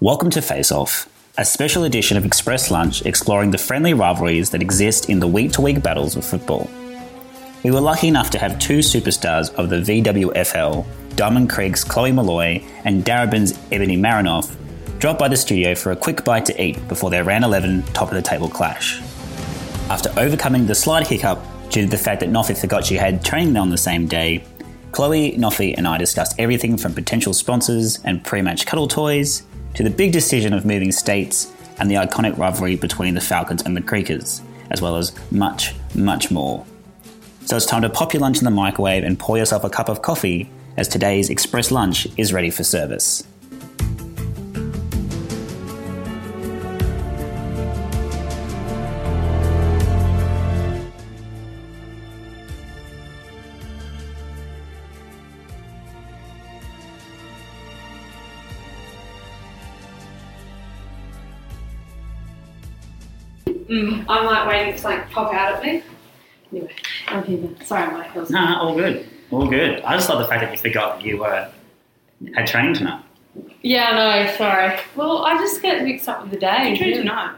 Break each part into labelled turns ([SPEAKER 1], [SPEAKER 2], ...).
[SPEAKER 1] Welcome to Face Off, a special edition of Express Lunch exploring the friendly rivalries that exist in the week to week battles of football. We were lucky enough to have two superstars of the VWFL, Diamond Creek's Chloe Malloy and Darabin's Ebony Marinoff, drop by the studio for a quick bite to eat before their round 11 top of the table clash. After overcoming the slight hiccup due to the fact that Noffy forgot she had training on the same day, Chloe, Noffy, and I discussed everything from potential sponsors and pre match cuddle toys to the big decision of moving states and the iconic rivalry between the Falcons and the Creekers, as well as much, much more. So it's time to pop your lunch in the microwave and pour yourself a cup of coffee as today's express lunch is ready for service.
[SPEAKER 2] Mm, I'm like waiting for something to pop out at me. Anyway, I'm here. Sorry, Michael.
[SPEAKER 1] Nah, all good. All good. I just love the fact that you forgot that you were had training tonight.
[SPEAKER 2] Yeah, no, sorry. Well, I just get mixed up with the day.
[SPEAKER 3] You train
[SPEAKER 2] yeah.
[SPEAKER 3] tonight.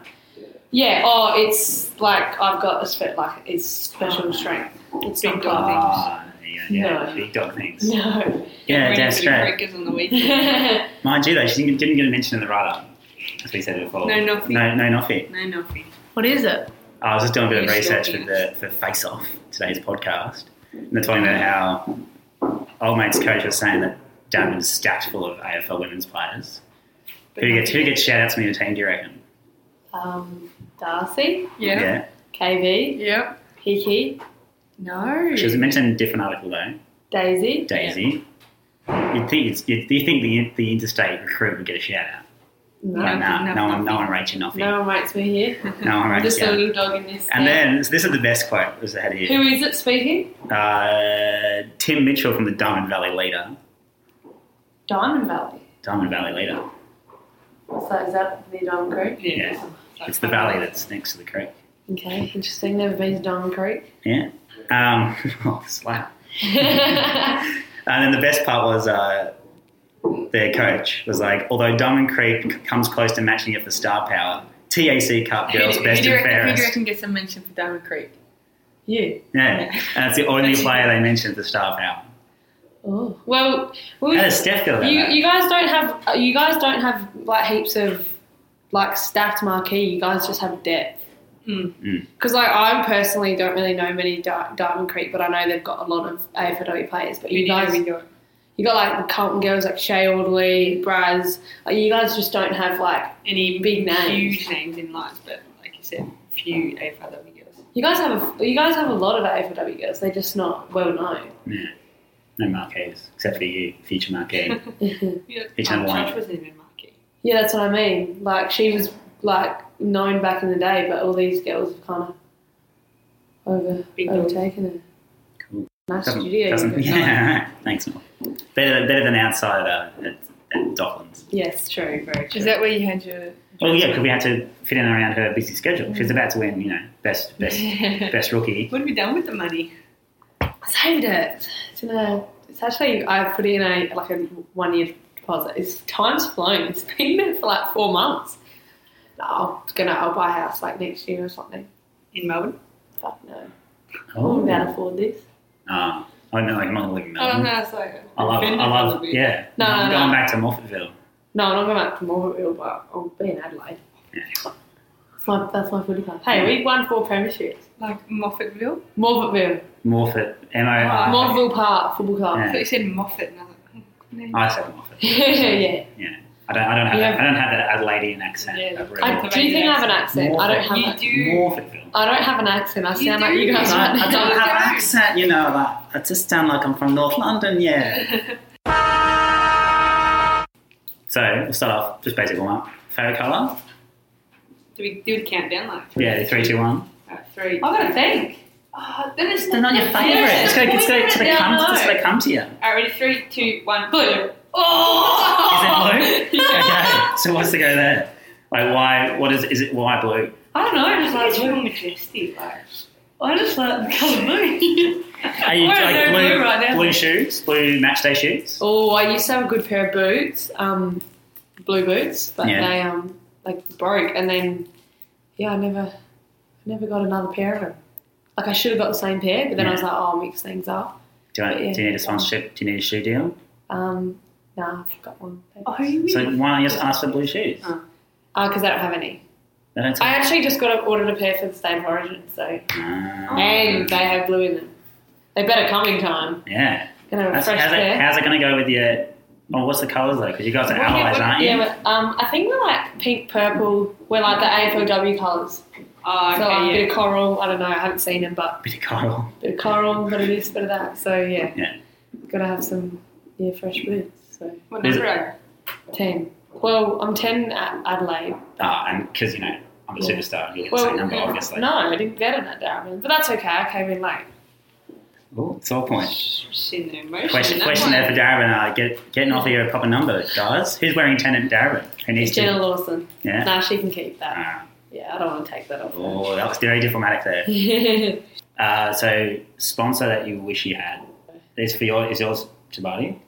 [SPEAKER 2] Yeah, oh, it's like I've got a spe- like it's special strength. Oh. It's
[SPEAKER 3] Big
[SPEAKER 2] not
[SPEAKER 3] dog
[SPEAKER 1] Ah, yeah, yeah.
[SPEAKER 2] No.
[SPEAKER 1] Big dog things.
[SPEAKER 2] diving. No.
[SPEAKER 1] Yeah,
[SPEAKER 3] Bring
[SPEAKER 1] that's
[SPEAKER 3] to the
[SPEAKER 1] right.
[SPEAKER 3] Breakers on the weekend.
[SPEAKER 2] yeah,
[SPEAKER 1] Mind you, though, she didn't, didn't get a mention in the write-up. As we said before.
[SPEAKER 3] No Noffy.
[SPEAKER 1] No, no Noffy.
[SPEAKER 3] no, nothing.
[SPEAKER 4] What is it?
[SPEAKER 1] I was just doing a bit of
[SPEAKER 3] You still
[SPEAKER 1] research for, the, for Face Off, today's podcast, and they're talking about how old mate's coach was saying that Diamond's stacked full of AFL women's players. Who gets, who gets shout-outs from your team, do you reckon?
[SPEAKER 4] Um, Darcy,
[SPEAKER 3] Yeah.
[SPEAKER 4] KB,
[SPEAKER 3] Yep.
[SPEAKER 4] Hickey,
[SPEAKER 3] No.
[SPEAKER 1] She was mentioned in a different article though.
[SPEAKER 4] Daisy.
[SPEAKER 1] Daisy. You'd think it's, you'd, you think the, the interstate recruit would get a shout out.
[SPEAKER 2] No,
[SPEAKER 1] Like, nah,
[SPEAKER 3] no,
[SPEAKER 1] no, one, no
[SPEAKER 3] nothing.
[SPEAKER 1] one rates you nothing.
[SPEAKER 2] no one makes me here.
[SPEAKER 1] No one
[SPEAKER 2] I'm
[SPEAKER 1] rates
[SPEAKER 2] just a
[SPEAKER 1] you.
[SPEAKER 2] little dog in this.
[SPEAKER 1] And
[SPEAKER 2] thing.
[SPEAKER 1] then, so this is the best quote that was ahead of
[SPEAKER 2] who
[SPEAKER 1] you.
[SPEAKER 2] is it speaking?
[SPEAKER 1] Uh, Tim Mitchell from the Diamond Valley Leader.
[SPEAKER 2] Diamond Valley.
[SPEAKER 1] Diamond Valley Leader.
[SPEAKER 2] So is that the Diamond Creek?
[SPEAKER 3] yeah.
[SPEAKER 1] It's the valley that's next to the creek.
[SPEAKER 2] Okay, interesting. Never been to Diamond Creek.
[SPEAKER 1] Yeah. Um, oh, slap. And then the best part was uh, their coach was like, although Diamond Creek c- comes close to matching it for star power, TAC Cup
[SPEAKER 3] Who do-
[SPEAKER 1] girls
[SPEAKER 3] who,
[SPEAKER 1] best
[SPEAKER 3] do
[SPEAKER 1] and
[SPEAKER 3] you reckon, who do you
[SPEAKER 1] fairest.
[SPEAKER 3] reckon gets a mention for Diamond Creek?
[SPEAKER 2] you.
[SPEAKER 1] Yeah, and that's the only
[SPEAKER 3] That's-
[SPEAKER 1] player they mentioned for star power.
[SPEAKER 2] Oh well, we
[SPEAKER 1] How does Steph feel about
[SPEAKER 2] You,
[SPEAKER 1] that?
[SPEAKER 2] you guys don't have you guys don't have like heaps of like stacked marquee. You guys just have depth. Hmm.
[SPEAKER 3] Mm.
[SPEAKER 1] Mm.
[SPEAKER 2] Because like I personally don't really know many Di- Diamond Creek, but I know they've got a lot of AFLW players. But
[SPEAKER 3] Who do
[SPEAKER 2] you,
[SPEAKER 3] you know
[SPEAKER 2] guys,
[SPEAKER 3] with
[SPEAKER 2] you got like the Carlton girls like Shay Audley, Braz. Like, you guys just don't have like
[SPEAKER 3] Any
[SPEAKER 2] Big names.
[SPEAKER 3] Huge names Oh. in lives, but like you said, few AFLW girls.
[SPEAKER 2] you guys have a, you guys have a lot of AFLW girls. They're just not well known.
[SPEAKER 1] Yeah. No marquees, except for you, future marquee.
[SPEAKER 3] Yeah.
[SPEAKER 1] Each
[SPEAKER 3] Um,
[SPEAKER 1] number one.
[SPEAKER 3] Josh wasn't even marquee.
[SPEAKER 2] yeah, that's what I mean. Like she was like known back in the day, but all these girls have kind of over
[SPEAKER 3] Big dog.
[SPEAKER 2] overtaken her.
[SPEAKER 1] cool.
[SPEAKER 2] Nice
[SPEAKER 1] Doesn't,
[SPEAKER 2] studio.
[SPEAKER 1] doesn't,
[SPEAKER 2] yeah.
[SPEAKER 1] yeah, thanks, Mel. Better, better than outside uh, at, at Docklands.
[SPEAKER 2] Yes, true, very true.
[SPEAKER 3] Is that where you had your?
[SPEAKER 1] Well, yeah, because we had to fit in around her busy schedule. She's about to win, you know, best, best,
[SPEAKER 3] what
[SPEAKER 1] best rookie.
[SPEAKER 3] have you done with the money?
[SPEAKER 2] I saved it. It's in a. It's actually I put in a like a one year deposit. It's time's flown. It's been there for like four months. No, I'm gonna. I'll buy a house like next year or something.
[SPEAKER 3] In Melbourne?
[SPEAKER 2] Fuck no. I can't afford this.
[SPEAKER 1] Ah, Oh, I know, like, I'm not living in
[SPEAKER 2] Oh,
[SPEAKER 3] I don't
[SPEAKER 1] Melbourne.
[SPEAKER 3] know, it's like
[SPEAKER 1] I love, I love, yeah.
[SPEAKER 2] No,
[SPEAKER 1] I'm
[SPEAKER 2] no,
[SPEAKER 1] going
[SPEAKER 2] no.
[SPEAKER 1] back to Morphettville.
[SPEAKER 2] No, I'm not going back to Morville, but I'll be in Adelaide. That's my that's my footy club. Hey, we won four premierships.
[SPEAKER 3] Like Moffatville?
[SPEAKER 2] Morville,
[SPEAKER 1] Morphett, M O I.
[SPEAKER 2] Morville Park Football Club.
[SPEAKER 3] I thought you said Moffat, and I was like, "Oh, no.
[SPEAKER 1] I said Morphett.
[SPEAKER 2] yeah.
[SPEAKER 1] Yeah, I don't, I don't have,
[SPEAKER 2] You
[SPEAKER 1] that, I don't have that Adelaidean accent.
[SPEAKER 3] Yeah,
[SPEAKER 1] of really.
[SPEAKER 2] I do you think I have an accent. I don't have.
[SPEAKER 3] You
[SPEAKER 2] That.
[SPEAKER 3] do.
[SPEAKER 1] Morphettville.
[SPEAKER 2] I don't have an accent. I
[SPEAKER 3] You
[SPEAKER 2] sound like
[SPEAKER 3] do.
[SPEAKER 2] you guys
[SPEAKER 1] I,
[SPEAKER 2] right
[SPEAKER 1] I
[SPEAKER 2] now.
[SPEAKER 1] don't have an accent, you know. Like, I just sound like I'm from North London, yeah. So we'll start off just basic warm up. Favorite color?
[SPEAKER 3] Do we do the countdown like three?
[SPEAKER 1] Yeah, three, two, one.
[SPEAKER 3] Uh, three.
[SPEAKER 2] I've got to think.
[SPEAKER 3] Oh, then it's
[SPEAKER 1] They're not your favorite.
[SPEAKER 2] Yeah,
[SPEAKER 1] it's gonna, it's gonna, it's gonna
[SPEAKER 2] yeah,
[SPEAKER 1] come.
[SPEAKER 2] I
[SPEAKER 1] It's
[SPEAKER 2] know.
[SPEAKER 1] gonna come to you.
[SPEAKER 3] Alright, ready? Three, two, one.
[SPEAKER 2] Blue.
[SPEAKER 3] Oh!
[SPEAKER 1] Is it blue? okay. So what's to go there? Like why? What is? Is it why blue?
[SPEAKER 3] I don't know. I just
[SPEAKER 2] I
[SPEAKER 3] like
[SPEAKER 2] think
[SPEAKER 3] blue majestic. Like, I just like the colour blue.
[SPEAKER 1] Are you
[SPEAKER 3] Why is
[SPEAKER 1] like
[SPEAKER 3] there
[SPEAKER 1] blue?
[SPEAKER 3] blue right now?
[SPEAKER 1] blue shoes? Blue matchday shoes?
[SPEAKER 2] Oh, I used to have a good pair of boots. Um, Blue Boots, but
[SPEAKER 1] Yeah.
[SPEAKER 2] they um like broke, and then yeah, I never, I never got another pair of them. Like I should have got the same pair, but then I was like, oh, I'll mix things up.
[SPEAKER 1] Do you, want,
[SPEAKER 2] Yeah.
[SPEAKER 1] do you need a sponsorship? Do you need a shoe deal?
[SPEAKER 2] Um, nah, I've got one.
[SPEAKER 4] Oh,
[SPEAKER 2] because
[SPEAKER 4] you
[SPEAKER 1] So
[SPEAKER 4] mean?
[SPEAKER 1] why not just ask for blue shoes?
[SPEAKER 4] Oh.
[SPEAKER 2] I don't have any.
[SPEAKER 1] They don't
[SPEAKER 2] Uh, I
[SPEAKER 1] sell-
[SPEAKER 2] actually just got a, ordered a pair for the state of origin, so
[SPEAKER 4] Oh.
[SPEAKER 1] Ah.
[SPEAKER 2] and they have blue in them. They better come in time.
[SPEAKER 1] Yeah.
[SPEAKER 2] Gonna have a
[SPEAKER 1] That's,
[SPEAKER 2] fresh
[SPEAKER 1] how's,
[SPEAKER 2] pair.
[SPEAKER 1] it, how's it going to go with your? Oh, what's the colours though? Because you guys are
[SPEAKER 2] What-
[SPEAKER 1] allies,
[SPEAKER 2] what-
[SPEAKER 1] aren't you?
[SPEAKER 2] yeah, but, um, I think we're like pink, purple. We're like the AFLW colours.
[SPEAKER 3] Oh,
[SPEAKER 2] so like a
[SPEAKER 3] okay,
[SPEAKER 2] bit of coral. I don't know. I haven't seen them, but
[SPEAKER 1] Bit of coral.
[SPEAKER 2] bit of coral, bit of this, bit of that. So yeah,
[SPEAKER 1] Yeah.
[SPEAKER 2] gotta have some yeah fresh boots. So
[SPEAKER 3] yeah.
[SPEAKER 1] Is
[SPEAKER 3] Whenever
[SPEAKER 2] ten. Well, I'm ten at Adelaide.
[SPEAKER 1] Ah, and because you know I'm a
[SPEAKER 2] Yeah.
[SPEAKER 1] superstar, you get the
[SPEAKER 2] Well,
[SPEAKER 1] same number, obviously.
[SPEAKER 2] no, I didn't get in that Darwin, but that's okay. I came in late.
[SPEAKER 1] Oh, it's all
[SPEAKER 3] I
[SPEAKER 1] point.
[SPEAKER 3] She's in the emotion.
[SPEAKER 1] Question,
[SPEAKER 3] that
[SPEAKER 1] question
[SPEAKER 3] one.
[SPEAKER 1] there for Darren. Uh, get getting off of your proper number, guys. Who's wearing ten at Darren? Who needs
[SPEAKER 2] It's
[SPEAKER 1] to?
[SPEAKER 2] Jenna Lawson.
[SPEAKER 1] Yeah.
[SPEAKER 2] Nah, she can keep that.
[SPEAKER 1] Ah,
[SPEAKER 2] Yeah, I don't want to take that off.
[SPEAKER 1] oh, that was very diplomatic there.
[SPEAKER 2] yeah,
[SPEAKER 1] Uh, so sponsor that you wish you had. Is for your is yours Jabali?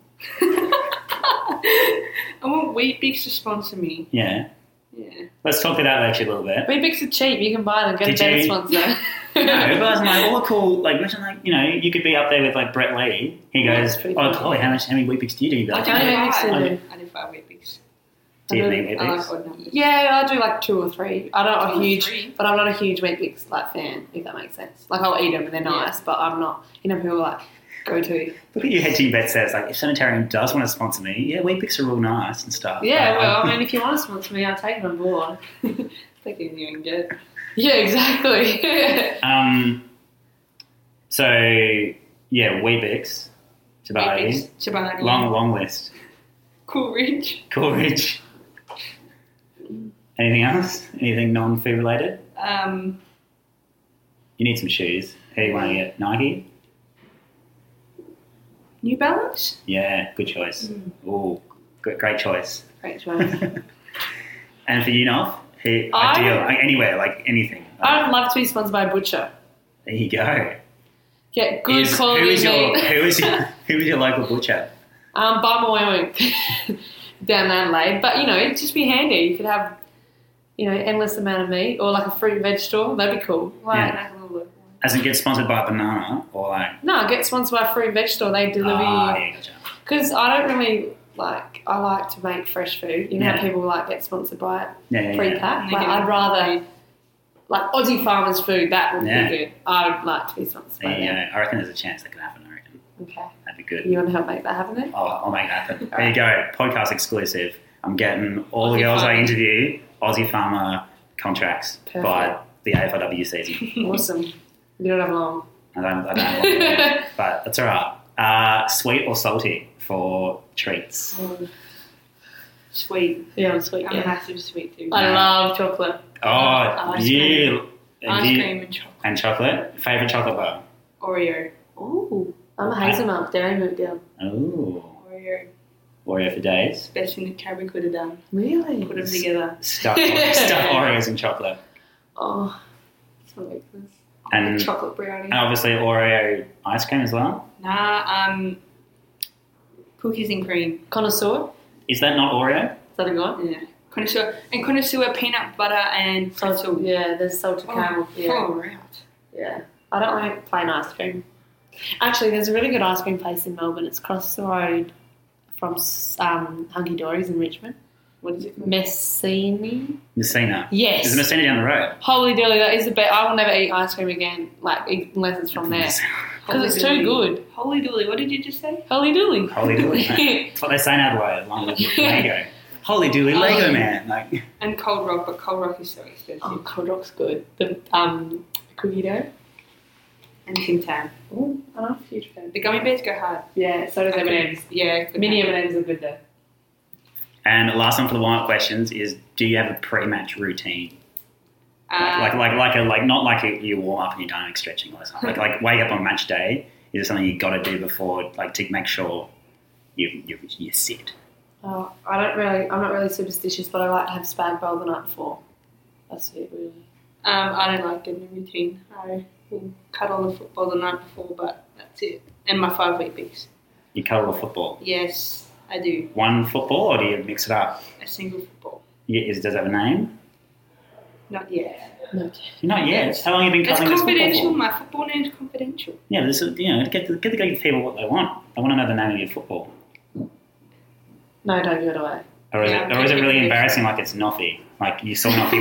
[SPEAKER 3] I want Weet-Bix to sponsor me.
[SPEAKER 1] Yeah.
[SPEAKER 3] Yeah.
[SPEAKER 1] Let's talk to that actually a little bit.
[SPEAKER 2] Weebix are cheap. You can buy them. Get
[SPEAKER 1] Did
[SPEAKER 2] a better
[SPEAKER 1] you-
[SPEAKER 2] sponsor.
[SPEAKER 1] No, but it's like all cool. Like imagine like you know you could be up there with like Brett Lee. He
[SPEAKER 2] Yeah,
[SPEAKER 1] goes,
[SPEAKER 2] that's pretty
[SPEAKER 1] oh
[SPEAKER 2] cool.
[SPEAKER 1] Chloe, how much how many wheat picks do you do? You'd be
[SPEAKER 3] I
[SPEAKER 1] Like,
[SPEAKER 3] do
[SPEAKER 1] "Oh,
[SPEAKER 2] I don't
[SPEAKER 3] know
[SPEAKER 2] actually
[SPEAKER 1] I
[SPEAKER 2] know.
[SPEAKER 3] I did five Weet-Bix.
[SPEAKER 1] do you
[SPEAKER 2] I
[SPEAKER 1] need wheat
[SPEAKER 3] I like
[SPEAKER 2] Oh,
[SPEAKER 1] picks?
[SPEAKER 3] odd numbers.
[SPEAKER 2] Yeah, I do like two or three. I don't
[SPEAKER 3] Two
[SPEAKER 2] a
[SPEAKER 3] or
[SPEAKER 2] huge,
[SPEAKER 3] three.
[SPEAKER 2] but I'm not a huge Weet-Bix like fan. If that makes sense. Like I'll eat them and they're
[SPEAKER 3] Yeah.
[SPEAKER 2] nice, but I'm not. You know, people like go to.
[SPEAKER 1] Look at you hedging bets there. It's like if Sanitarium does want to sponsor me, yeah, wheat picks are real nice and stuff.
[SPEAKER 2] Yeah,
[SPEAKER 1] But,
[SPEAKER 2] well,
[SPEAKER 1] um,
[SPEAKER 2] I mean, if you want to sponsor me, I'll take it on board.
[SPEAKER 3] Thinking you can get.
[SPEAKER 2] yeah, exactly.
[SPEAKER 1] Um, so yeah, Weebix, Jabali,
[SPEAKER 3] Weet-Bix, Chobani.
[SPEAKER 1] long long list.
[SPEAKER 3] Coolridge.
[SPEAKER 1] Coolridge. Anything else? Anything non food related?
[SPEAKER 3] Um,
[SPEAKER 1] You need some shoes. Who do you want to get? Nike.
[SPEAKER 3] New Balance.
[SPEAKER 1] Yeah, good choice.
[SPEAKER 2] Mm.
[SPEAKER 1] Ooh, good, great choice.
[SPEAKER 2] Great choice.
[SPEAKER 1] and for you, Nof, who
[SPEAKER 2] I-
[SPEAKER 1] ideal like anywhere, like anything. Like,
[SPEAKER 2] I'd love to be sponsored by a butcher.
[SPEAKER 1] there you go.
[SPEAKER 2] Get good
[SPEAKER 1] Is-
[SPEAKER 2] quality
[SPEAKER 1] who is your
[SPEAKER 2] meat.
[SPEAKER 1] who is your, who is your local butcher?
[SPEAKER 2] Um, by Moewink down Adelaide. But you know, it'd just be handy. You could have, you know, endless amount of meat or like a fruit and veg store. That'd be cool.
[SPEAKER 3] Why
[SPEAKER 1] Yeah.
[SPEAKER 3] don't I have a look?
[SPEAKER 1] As in, get sponsored by a banana or like.
[SPEAKER 2] No, get sponsored by a fruit and veg store. They deliver
[SPEAKER 1] Ah,
[SPEAKER 2] you
[SPEAKER 1] yeah, gotcha.
[SPEAKER 2] because I don't really like. I like to make fresh food. You know,
[SPEAKER 1] Yeah.
[SPEAKER 2] how people like get sponsored by it
[SPEAKER 1] Yeah, yeah, yeah.
[SPEAKER 2] pre-packed.
[SPEAKER 3] They
[SPEAKER 2] Like,
[SPEAKER 3] do.
[SPEAKER 2] I'd rather like Aussie farmers' food. That would
[SPEAKER 1] Yeah.
[SPEAKER 2] be good. I'd like to be sponsored
[SPEAKER 1] There
[SPEAKER 2] by
[SPEAKER 1] you
[SPEAKER 2] that.
[SPEAKER 1] go. I reckon there's a chance that could happen. I reckon
[SPEAKER 2] Okay,
[SPEAKER 1] that'd be good.
[SPEAKER 2] you want to help make that happen? Then?
[SPEAKER 1] I'll, I'll make that happen. There you go. Podcast exclusive. I'm getting all the
[SPEAKER 3] Aussie
[SPEAKER 1] girls I
[SPEAKER 3] farmer.
[SPEAKER 1] interview Aussie farmer contracts
[SPEAKER 2] Perfect.
[SPEAKER 1] by the AFLW season.
[SPEAKER 2] awesome. You don't have long.
[SPEAKER 1] I don't, I don't want to, but that's all right. Uh, sweet or salty for treats?
[SPEAKER 3] Um, Sweet.
[SPEAKER 2] Yeah, I'm sweet.
[SPEAKER 3] I'm a
[SPEAKER 2] Yeah.
[SPEAKER 3] massive sweet too.
[SPEAKER 2] I love chocolate.
[SPEAKER 1] Oh,
[SPEAKER 3] Ice
[SPEAKER 1] yeah.
[SPEAKER 3] Ice
[SPEAKER 1] Yeah.
[SPEAKER 3] cream and chocolate.
[SPEAKER 1] And chocolate. Favorite chocolate bar?
[SPEAKER 3] Oreo.
[SPEAKER 2] Ooh, I'm a hazelnut dairy milk girl.
[SPEAKER 1] Ooh.
[SPEAKER 3] Oreo.
[SPEAKER 1] Oreo for days.
[SPEAKER 3] Best thing the cabin could have done. Put
[SPEAKER 2] Really?
[SPEAKER 3] them together.
[SPEAKER 1] Stuff, stuff Oreos and chocolate.
[SPEAKER 2] Oh, it's my weakness.
[SPEAKER 1] And,
[SPEAKER 3] chocolate brownie.
[SPEAKER 1] and obviously Oreo ice cream as well.
[SPEAKER 3] Nah, um, cookies and cream.
[SPEAKER 2] Connoisseur?
[SPEAKER 1] Is that not Oreo?
[SPEAKER 2] Is that a good one?
[SPEAKER 3] Yeah. Connoisseur and connoisseur peanut butter and pretzel.
[SPEAKER 2] Yeah, there's salted
[SPEAKER 3] Oh,
[SPEAKER 2] caramel. Yeah,
[SPEAKER 3] All right.
[SPEAKER 2] yeah. I don't like plain ice cream. Actually, there's a really good ice cream place in Melbourne. It's across the road from um, Hunky Dory's in Richmond.
[SPEAKER 3] What is it called?
[SPEAKER 2] Messini?
[SPEAKER 1] Messina. Is
[SPEAKER 2] Yes.
[SPEAKER 1] Messina down the road?
[SPEAKER 2] Holy dilly, that is the best. I will never eat ice cream again, like e, unless it's from there, because it's too good.
[SPEAKER 3] Holy dooly, what did you just say?
[SPEAKER 2] Holy dilly.
[SPEAKER 1] Holy dooly. That's what they say in Adelaide, along with Lego. Holy dooly, Lego
[SPEAKER 2] Oh.
[SPEAKER 1] man. Like,
[SPEAKER 3] And cold rock, but cold rock is so expensive.
[SPEAKER 2] Oh, cold rock's good. The um, cookie dough.
[SPEAKER 3] And Tim Tam.
[SPEAKER 2] Ooh, I'm a huge fan.
[SPEAKER 3] The gummy bears go hard.
[SPEAKER 2] Yeah, so does
[SPEAKER 3] I
[SPEAKER 2] M
[SPEAKER 3] couldn't-
[SPEAKER 2] and M's.
[SPEAKER 3] Yeah. good
[SPEAKER 2] Mini M
[SPEAKER 3] man.
[SPEAKER 2] and M's are good though.
[SPEAKER 1] and last one for the wild questions is: Do you have a pre-match routine?
[SPEAKER 3] Uh,
[SPEAKER 1] like, like, like a like not like a, you warm up and you're dynamic stretching or something. Like, like wake up on match day. Is it something you got to do before, like, to make sure you you you sit?
[SPEAKER 2] Oh, I don't really. I'm not really superstitious, but I like to have spag bowl the night before. That's it, really.
[SPEAKER 3] Um, I don't like doing a routine. I will cuddle the football the night before, but that's it. And my five week picks.
[SPEAKER 1] You cuddle the football.
[SPEAKER 3] Yes.
[SPEAKER 4] I do.
[SPEAKER 1] One football, or do you mix it up?
[SPEAKER 4] A single football.
[SPEAKER 1] Yeah, is, does it have a name?
[SPEAKER 4] Not yet.
[SPEAKER 1] Not yet. How long have you been
[SPEAKER 4] It's
[SPEAKER 1] covering this football
[SPEAKER 4] confidential.
[SPEAKER 1] for?
[SPEAKER 4] My football name's confidential.
[SPEAKER 1] Yeah, this is, you know, get the, get the get the people what they want. They want to know the name of your football.
[SPEAKER 2] No, don't give it away.
[SPEAKER 1] Or is,
[SPEAKER 4] Yeah,
[SPEAKER 1] it, or is it really
[SPEAKER 4] okay.
[SPEAKER 1] embarrassing? Like it's Noffy. Like you saw Noffy win.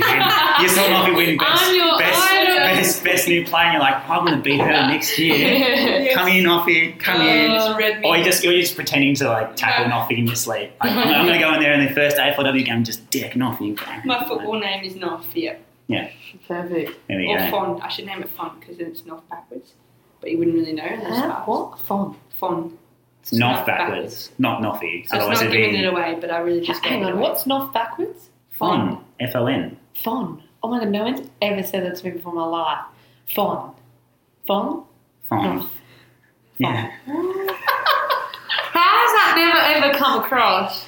[SPEAKER 1] You saw Noffie win best,
[SPEAKER 2] I'm your
[SPEAKER 1] best,
[SPEAKER 2] idol.
[SPEAKER 1] best best new player. And you're like, I'm gonna beat her next year. Come in, Noffy. Come in.
[SPEAKER 4] Just read
[SPEAKER 2] Oh,
[SPEAKER 4] me.
[SPEAKER 1] Or you just you're just pretending to like tackle
[SPEAKER 4] Oh, Yeah.
[SPEAKER 1] Noffy in your sleep. Like, I'm, I'm gonna go in there in the first AFLW game, and just deck Noffy.
[SPEAKER 4] My football name is Northia.
[SPEAKER 2] Perfect.
[SPEAKER 1] There we
[SPEAKER 4] Or
[SPEAKER 1] go.
[SPEAKER 4] Fon. I should name it Fon because then it's North backwards. But you wouldn't really know. That's
[SPEAKER 2] Huh?
[SPEAKER 4] fast.
[SPEAKER 2] What? Fun.
[SPEAKER 4] Fon.
[SPEAKER 1] It's Noff backwards, not Noffy.
[SPEAKER 4] So
[SPEAKER 1] Otherwise
[SPEAKER 4] it's not
[SPEAKER 1] it'd
[SPEAKER 4] giving it
[SPEAKER 1] be
[SPEAKER 4] away, but I really just gave
[SPEAKER 2] Hang
[SPEAKER 4] it
[SPEAKER 2] on,
[SPEAKER 4] away.
[SPEAKER 2] what's not backwards?
[SPEAKER 1] Fon. F O N.
[SPEAKER 2] Fon. Oh my god, no one's ever said that to me before in my life. Fon. Fon?
[SPEAKER 4] Oh.
[SPEAKER 1] Fon. Yeah.
[SPEAKER 2] How has that never ever come across?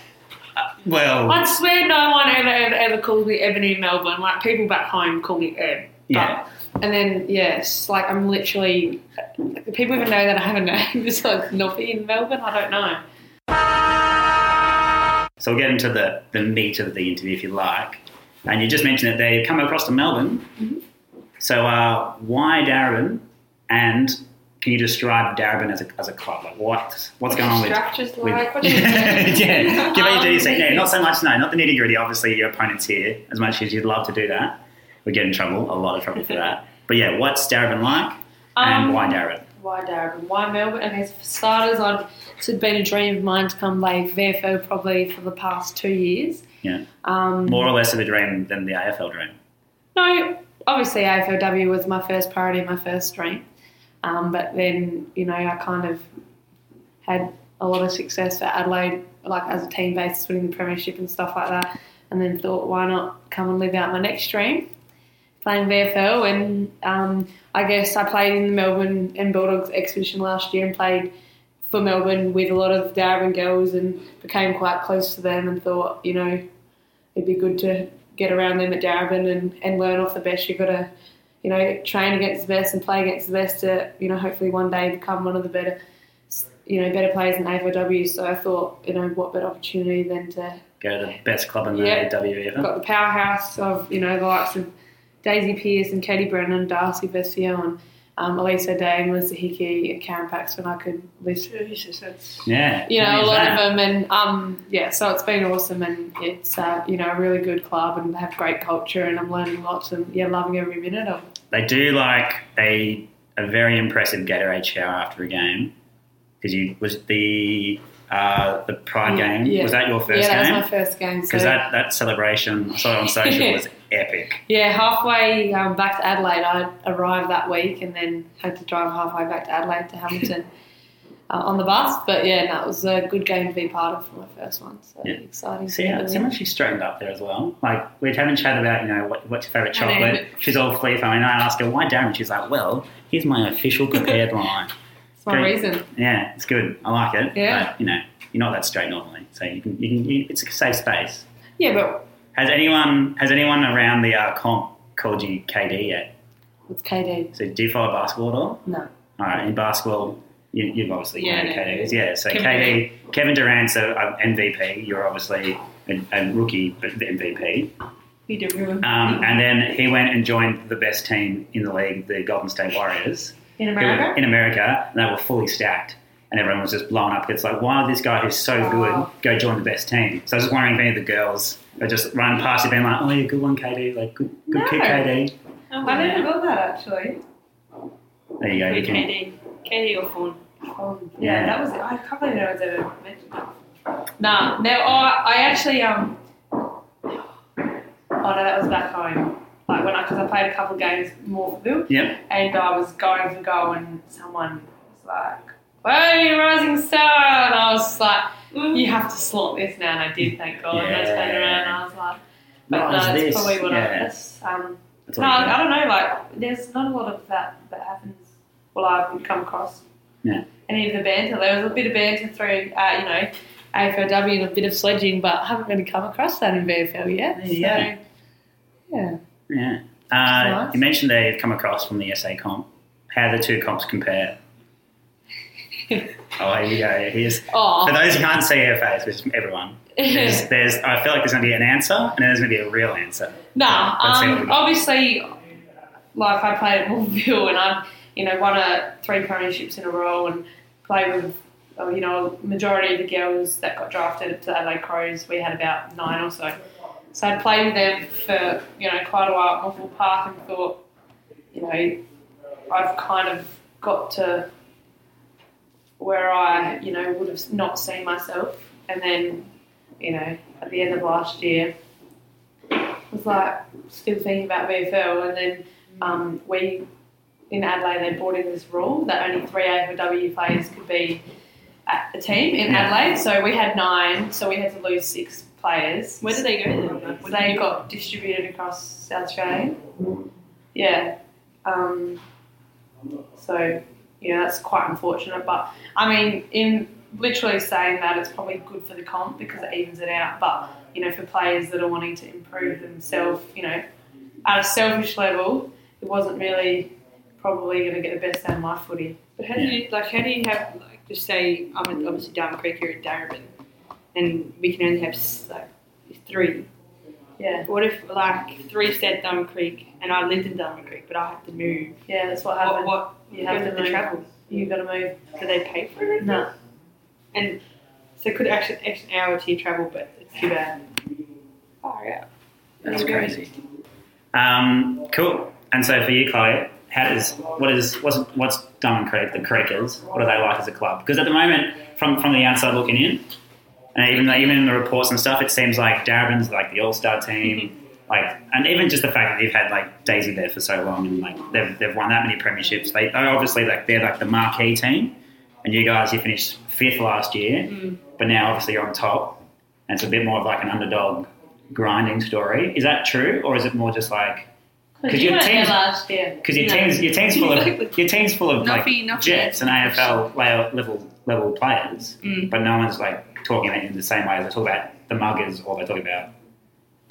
[SPEAKER 1] Well.
[SPEAKER 2] I swear no one ever ever ever calls me Ebony in Melbourne. Like people back home call me Eb. But-
[SPEAKER 1] Yeah.
[SPEAKER 2] and then yes, like I'm literally like, do people even know that I have a name It's like Nobby in Melbourne? I don't know.
[SPEAKER 1] So we'll get into the, the meat of the interview if you like. And you just mentioned that they come across to Melbourne.
[SPEAKER 2] Mm-hmm.
[SPEAKER 1] So uh, why Darwin? And can you describe Darwin as a, as a club? Like what what's going on with?
[SPEAKER 4] Structures
[SPEAKER 1] with-
[SPEAKER 4] like, what do you
[SPEAKER 1] yeah,
[SPEAKER 4] say?
[SPEAKER 1] give
[SPEAKER 4] Um,
[SPEAKER 1] AJ say no, not so much. No, not the nitty gritty. Obviously, your opponent's here. As much as you'd love to do that, we get in trouble, a lot of trouble for that. But yeah, what's Darwin like, and
[SPEAKER 2] Um,
[SPEAKER 1] why Darwin?
[SPEAKER 2] Why Darwin? Why Melbourne? Okay, so for starters, I'd, it's had been a dream of mine to come play VFL probably for the past two years.
[SPEAKER 1] Yeah.
[SPEAKER 2] Um,
[SPEAKER 1] More or less of a dream than the AFL dream.
[SPEAKER 2] No, obviously AFLW was my first priority, my first dream. Um, but then, you know, I kind of had a lot of success for Adelaide, like as a team basis, winning the premiership and stuff like that. And then thought, why not come and live out my next dream, playing VFL? And um, I guess I played in the Melbourne and Bulldogs exhibition last year and played for Melbourne with a lot of Darwin girls and became quite close to them and thought, you know, it'd be good to get around them at Darwin and, and learn off the best. You've got to, you know, train against the best and play against the best to, you know, hopefully one day become one of the better, you know, better players in the AFLW. So I thought, you know, what better opportunity than to
[SPEAKER 1] Go to the best club in the E
[SPEAKER 2] Yeah.
[SPEAKER 1] AFL.
[SPEAKER 2] got the powerhouse of, you know, the likes of Daisy Pierce and Katie Brennan, Darcy Bessio and um, Elisa Day, Melissa Hickey and Karen Paxton. I could list
[SPEAKER 4] Jesus, that's-
[SPEAKER 1] Yeah.
[SPEAKER 2] you know,
[SPEAKER 1] Who's
[SPEAKER 2] a lot
[SPEAKER 1] that?
[SPEAKER 2] of them, and um, yeah, so it's been awesome, and it's uh, you know a really good club, and they have great culture, and I'm learning lots, and yeah, loving every minute of. it.
[SPEAKER 1] They do like a a very impressive Gatorade shower after a game because you was it the uh, the Pride
[SPEAKER 2] Yeah,
[SPEAKER 1] game
[SPEAKER 2] Mm, yeah.
[SPEAKER 1] was that your first
[SPEAKER 2] yeah, that
[SPEAKER 1] game?
[SPEAKER 2] was my first game. So
[SPEAKER 1] Because that, that celebration I saw it on social was epic.
[SPEAKER 2] yeah, halfway um, back to Adelaide, I arrived that week, and then had to drive halfway back to Adelaide to Hamilton. Uh, on the bus, but yeah, no, it was a good game to be part of for my first one. So
[SPEAKER 1] Yeah.
[SPEAKER 2] exciting!
[SPEAKER 1] See how,
[SPEAKER 2] to
[SPEAKER 1] see how much she straightened up there as well. Like we'd having a chat about you know what, what's your favourite
[SPEAKER 4] I know.
[SPEAKER 1] chocolate. She's all flea I and I asked her why Darren. She's like, well, here's my official prepared line.
[SPEAKER 2] It's my
[SPEAKER 1] Great.
[SPEAKER 2] reason.
[SPEAKER 1] Yeah, it's good. I like it.
[SPEAKER 2] Yeah.
[SPEAKER 1] But, you know, you're not that straight normally, so you can, you can you, it's a safe space.
[SPEAKER 2] Yeah, but
[SPEAKER 1] Has anyone has anyone around the uh, comp called you KD yet?
[SPEAKER 2] it's KD.
[SPEAKER 1] So do you follow basketball at all?
[SPEAKER 2] No.
[SPEAKER 1] All right, in basketball, you, you've obviously
[SPEAKER 4] Yeah,
[SPEAKER 1] yeah,
[SPEAKER 4] no.
[SPEAKER 1] KD. is. Yeah, so
[SPEAKER 4] Kevin
[SPEAKER 1] KD, Kevin um, Durant's a, a MVP. You're obviously a, a rookie, but the MVP.
[SPEAKER 4] We do ruin.
[SPEAKER 1] Um, and then he went and joined the best team in the league, the Golden State Warriors.
[SPEAKER 4] In
[SPEAKER 1] who were-
[SPEAKER 4] America?
[SPEAKER 1] in America, and they were fully stacked. And everyone was just blown up. It's like, why did this guy who's so
[SPEAKER 4] Wow.
[SPEAKER 1] good go join the best team? So I was just wondering if any of the girls are just running past you being like, oh, you're a good one, KD. Like, good, good
[SPEAKER 4] No.
[SPEAKER 1] kick, KD.
[SPEAKER 4] Oh,
[SPEAKER 3] I
[SPEAKER 4] yeah.
[SPEAKER 3] never got that actually.
[SPEAKER 1] There you go. You can,
[SPEAKER 4] Katie. Katie or Fawn?
[SPEAKER 3] Um,
[SPEAKER 1] Yeah.
[SPEAKER 3] yeah, that was. I can't believe no one's ever mentioned that.
[SPEAKER 4] Nah.
[SPEAKER 3] No, oh, I actually um. Oh no, that was back home. Like when I, because I played a couple games more for Bill,
[SPEAKER 1] yep.
[SPEAKER 3] and I was going for goal, and someone was like, "Hey, rising star," and I was just like,
[SPEAKER 2] Mm.
[SPEAKER 3] "You have to slot this now," and I did, thank God. And I just turned around, and I was like, "But
[SPEAKER 1] What
[SPEAKER 3] no,
[SPEAKER 1] is
[SPEAKER 3] that's
[SPEAKER 1] this?
[SPEAKER 3] probably what
[SPEAKER 1] Yeah.
[SPEAKER 3] I." That's, um,
[SPEAKER 1] That's
[SPEAKER 3] no,
[SPEAKER 1] what you
[SPEAKER 3] I,
[SPEAKER 1] do.
[SPEAKER 3] I don't know. Like, there's not a lot of that that happens. Well, I've come across.
[SPEAKER 1] Yeah.
[SPEAKER 3] Any of the banter. There was a bit of banter through, uh, you know,
[SPEAKER 2] AFLW and a bit of sledging, but I haven't really come across that in VFL yet.
[SPEAKER 1] There
[SPEAKER 2] So,
[SPEAKER 1] you go.
[SPEAKER 2] yeah.
[SPEAKER 1] Yeah. Uh,
[SPEAKER 2] Nice.
[SPEAKER 1] You mentioned they've come across from the SA comp. How the two comps compare? Oh, here you go. Here's, for
[SPEAKER 5] Oh,
[SPEAKER 1] those who can't see her face, which is everyone, there's, there's, I feel like there's going to be an answer and then there's going to be a real answer.
[SPEAKER 2] Nah,
[SPEAKER 1] Let's see what we
[SPEAKER 2] um,
[SPEAKER 1] got.
[SPEAKER 2] obviously, like I played at Wolfville and I've, you know, won a three premierships in a row and played with, oh, you know, majority of the girls that got drafted to Adelaide Crows. We had about nine or so. So I played with them for, you know, quite a while at Moorfield Park and thought, you know, I've kind of got to where I, you know, would have not seen myself. And then, you know, at the end of last year, was like still thinking about VFL, and then um, we in Adelaide they brought in this rule that only three A for W players could be at a team in
[SPEAKER 1] Yeah.
[SPEAKER 2] Adelaide. So we had nine, so we had to lose six players.
[SPEAKER 4] Where did they go then?
[SPEAKER 2] Well, they got distributed across South Australia. Yeah. Um, so, yeah, that's quite unfortunate. But, I mean, in literally saying that, it's probably good for the comp because it evens it out. But, you know, for players that are wanting to improve themselves, you know, at a selfish level, it wasn't really probably going to get the best out of my footy.
[SPEAKER 4] But how do you like? How do you have like just say I'm at- obviously Darwin Creek here at Darwin, and we can only have s- like three.
[SPEAKER 2] Yeah,
[SPEAKER 4] What if like three said Darwin Creek, and I lived in Darwin Creek, but I had to move?
[SPEAKER 2] yeah, that's what
[SPEAKER 4] What?
[SPEAKER 2] happened.
[SPEAKER 4] What?
[SPEAKER 2] you have to
[SPEAKER 4] the
[SPEAKER 2] move.
[SPEAKER 4] travel?
[SPEAKER 2] you got to move.
[SPEAKER 4] Do they pay for it?
[SPEAKER 2] No.
[SPEAKER 4] And so it could actually extra hour to your travel, but it's too bad. Far out.
[SPEAKER 1] That's crazy. Um, cool. And so for you, Chloe, how does what is what's what's Diamond Creek, the Creekers? What are they like as a club? Because at the moment, from from the outside looking in, and even though, even in the reports and stuff, it seems like Darabin's like the all star team. Like, and even just the fact that you've had like Daisy there for so long, and like they've, they've won that many premierships, they they obviously like they're like the marquee team, and you guys you finished fifth last year, but now obviously you're on top, and it's a bit more of like an underdog grinding story. Is that true, or is it more just like
[SPEAKER 2] Because
[SPEAKER 1] your
[SPEAKER 2] you weren't there
[SPEAKER 1] team's-
[SPEAKER 2] last year.
[SPEAKER 1] because your
[SPEAKER 4] No.
[SPEAKER 1] team's your team's full of
[SPEAKER 4] Exactly.
[SPEAKER 1] your team's full of like
[SPEAKER 4] Nothing, nothing.
[SPEAKER 1] Jets and AFL la- level level players,
[SPEAKER 4] Mm.
[SPEAKER 1] but no one's like talking about it in the same way as they talk about the muggers or they talk about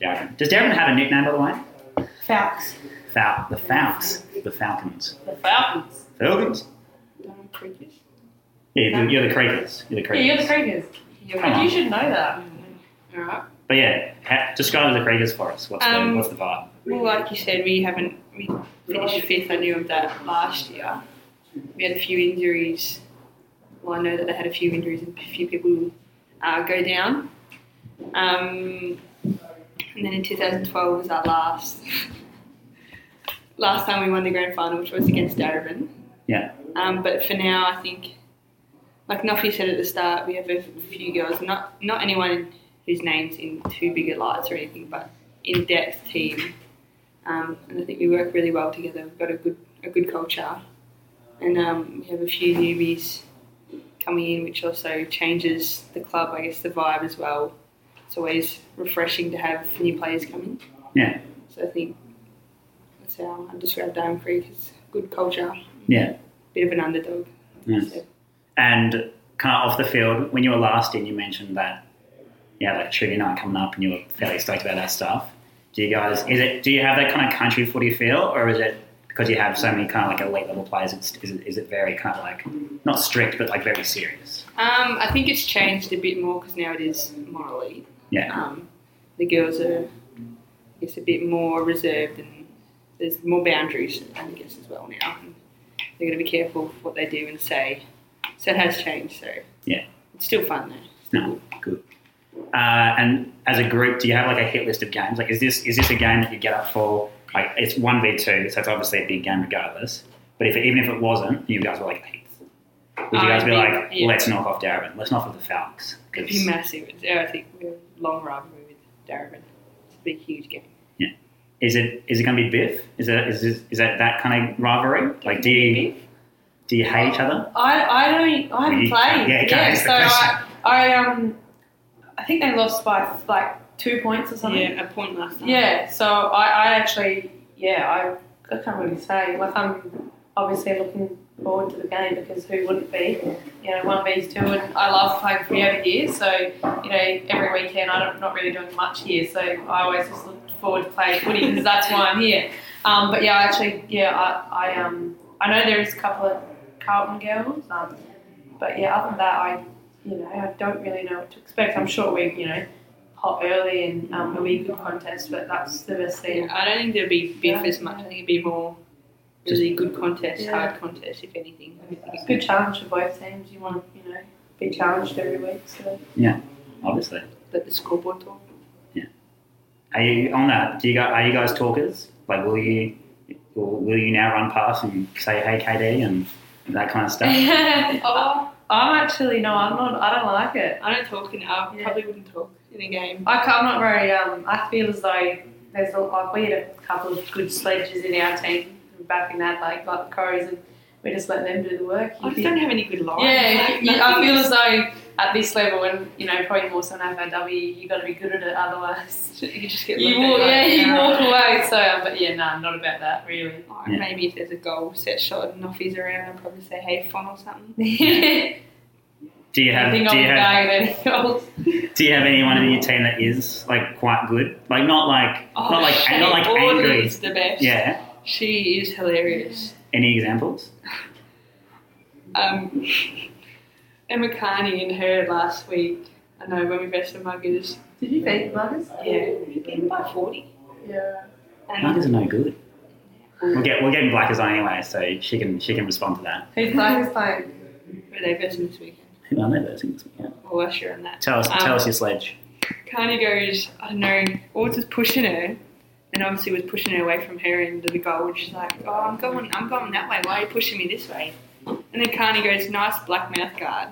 [SPEAKER 1] Darren. Does Darren have a nickname by the way?
[SPEAKER 2] Falcons.
[SPEAKER 1] Fal- the Falcons, the Falcons,
[SPEAKER 2] The Falcons.
[SPEAKER 1] Falcons.
[SPEAKER 4] Darwin Creek is.
[SPEAKER 1] Yeah, you're, you're the Creekers. You're the
[SPEAKER 2] Yeah,
[SPEAKER 1] Creekers.
[SPEAKER 2] you're the Creekers.
[SPEAKER 4] Yeah.
[SPEAKER 1] Come on.
[SPEAKER 2] You should know that.
[SPEAKER 4] All right.
[SPEAKER 1] But yeah, ha- describe the Creekers for us. What's the
[SPEAKER 4] Um,
[SPEAKER 1] what's the vibe?
[SPEAKER 4] Well, like you said, we haven't we finished fifth. I knew of that last year. We had a few injuries. Well, I know that they had a few injuries and a few people uh, go down. Um, and then in 2012 was our last last time we won the grand final, which was against Darabin.
[SPEAKER 1] Yeah.
[SPEAKER 4] Um, but for now, I think, like Noffy said at the start, we have a few girls, not not anyone whose names in too big a lights or anything, but in depth team um, and I think we work really well together. We've got a good a good culture, and um, we have a few newbies coming in, which also changes the club. I guess the vibe as well. It's always refreshing to have new players come in.
[SPEAKER 1] Yeah.
[SPEAKER 4] So I think that's how I describe Darwin Creek. It's good culture.
[SPEAKER 1] Yeah.
[SPEAKER 4] Bit of an underdog.
[SPEAKER 1] Nice.
[SPEAKER 4] So,
[SPEAKER 1] And kind of off the field, when you were last in, you mentioned that yeah, like trivia night coming up, and you were fairly stoked about that stuff. Do you guys is it? Do you have that kind of country footy feel, or is it because you have so many kind of like elite level players? It's, is, it, is it very kind of like not strict, but like very serious?
[SPEAKER 4] um, I think it's changed a bit more because now it is more elite.
[SPEAKER 1] Yeah,
[SPEAKER 4] um, the girls are I guess a bit more reserved and there's more boundaries I guess as well now. And they're going to be careful of what they do and say. So it has changed. So
[SPEAKER 1] Yeah.
[SPEAKER 4] it's still fun though.
[SPEAKER 1] uh, and as a group, do you have like a hit list of games? Like, is this is this a game that you get up for? Like, it's one v two, so it's obviously a big game regardless. But if it, even if it wasn't, you guys were like eighth. Would you guys
[SPEAKER 4] I
[SPEAKER 1] be
[SPEAKER 4] think-
[SPEAKER 1] like,
[SPEAKER 4] yeah.
[SPEAKER 1] let's knock off Darwin, let's knock off the Falcons? 'Cause-
[SPEAKER 4] It'd be massive. It's, I think we have a long rivalry with Darwin. It's a big, huge game.
[SPEAKER 1] Is it is it going to be biff? Is that is this, is that that kind of rivalry? Like, do you do you hate each other?
[SPEAKER 2] I, I don't I haven't
[SPEAKER 1] You
[SPEAKER 2] played.
[SPEAKER 1] can't- yeah, you can't answer
[SPEAKER 2] so
[SPEAKER 1] the
[SPEAKER 2] I, I um I think they lost by like two points or something.
[SPEAKER 4] Yeah, a point last time.
[SPEAKER 2] Yeah, so I, I actually yeah, I, I can't really say. Like I'm obviously looking forward to the game because who wouldn't be? You know, one beats two and I love playing free over here, so you know, every weekend I'm not really doing much here, so I always just look forward to playing footy because that's why I'm here. Um, but yeah, I actually yeah, I, I um I know there is a couple of Carlton girls, um But yeah, other than that, I you know I don't really know what to expect. I'm sure we you know hot early and um, it'll be a good contest, but that's the best thing.
[SPEAKER 4] I don't think there'll be beef
[SPEAKER 2] Yeah.
[SPEAKER 4] as much. I think it'd be more really good contest,
[SPEAKER 2] Yeah.
[SPEAKER 4] hard contest, if anything.
[SPEAKER 2] It's a good challenge for both teams. You want you know be challenged every week. So
[SPEAKER 1] obviously.
[SPEAKER 4] Let the scoreboard talk.
[SPEAKER 1] Are you on that? Do you guys, are you guys talkers? Like, will you will, will you now run past and say hey KD and that kind of stuff?
[SPEAKER 2] oh, I'm actually no, I'm not. I don't like it.
[SPEAKER 4] I don't talk in. I
[SPEAKER 2] Yeah.
[SPEAKER 4] probably wouldn't talk in a game.
[SPEAKER 2] I ca- I'm not very. Um, I feel as though there's a, like we had a couple of good sledges in our team back in that, like like the Corries, and we just let them do the work.
[SPEAKER 4] I just don't have any good lines.
[SPEAKER 2] yeah,
[SPEAKER 4] Like,
[SPEAKER 2] you- you- I
[SPEAKER 4] nothing
[SPEAKER 2] feel
[SPEAKER 4] is-
[SPEAKER 2] as though at this level, and you know, probably more so in FOW, you got to be good at it, otherwise
[SPEAKER 4] you just get
[SPEAKER 2] you walk.
[SPEAKER 4] looked at like,
[SPEAKER 2] Yeah, you
[SPEAKER 4] nah.
[SPEAKER 2] walk away. So, um, but yeah, no, not about that really.
[SPEAKER 4] Or
[SPEAKER 1] Yeah.
[SPEAKER 4] Maybe if there's a goal set shot and Noffy's around, I'll probably say, hey, Fon or something.
[SPEAKER 2] I
[SPEAKER 1] Do you have do you
[SPEAKER 2] think I'm
[SPEAKER 1] have,
[SPEAKER 2] going at goals.
[SPEAKER 1] do you have anyone in your team that is like quite good? Like not like
[SPEAKER 4] Oh,
[SPEAKER 1] not like
[SPEAKER 4] Shay
[SPEAKER 1] not like
[SPEAKER 4] Gordon
[SPEAKER 1] angry.
[SPEAKER 4] is the best.
[SPEAKER 1] Yeah.
[SPEAKER 4] She is hilarious.
[SPEAKER 1] Any examples?
[SPEAKER 4] Um, Emma Carney and her last week, I know when we bested Muggers,
[SPEAKER 2] Did you feed muggers?
[SPEAKER 4] yeah, we beat them by 40.
[SPEAKER 2] Yeah.
[SPEAKER 1] Muggers
[SPEAKER 4] And
[SPEAKER 1] are no good. We'll get we're getting Blackers on anyway, so she can she can respond to that.
[SPEAKER 2] Who's playing? Who's playing?
[SPEAKER 4] were they besting this weekend?
[SPEAKER 1] Who are they versing this weekend?
[SPEAKER 4] Well, us you on that.
[SPEAKER 1] Tell us
[SPEAKER 4] Um,
[SPEAKER 1] tell us your sledge.
[SPEAKER 4] Carney goes, I don't know, Orts is pushing her, and obviously was pushing her away from her into the goal, and she's like, oh, I'm going, I'm going that way, why are you pushing me this way? And then Carney goes, nice black mouth guard.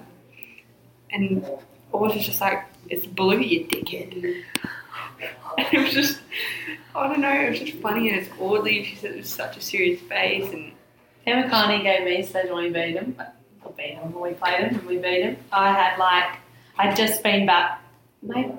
[SPEAKER 4] And Orts is just like, it's blue, you dickhead. And it was just, I don't know, it was just funny, and it's Audley, and she said it was such a serious face, and
[SPEAKER 2] Emma Carney gave me sledge when we beat him. We beat him when we played him and we beat him. I had like, I'd just been back, maybe,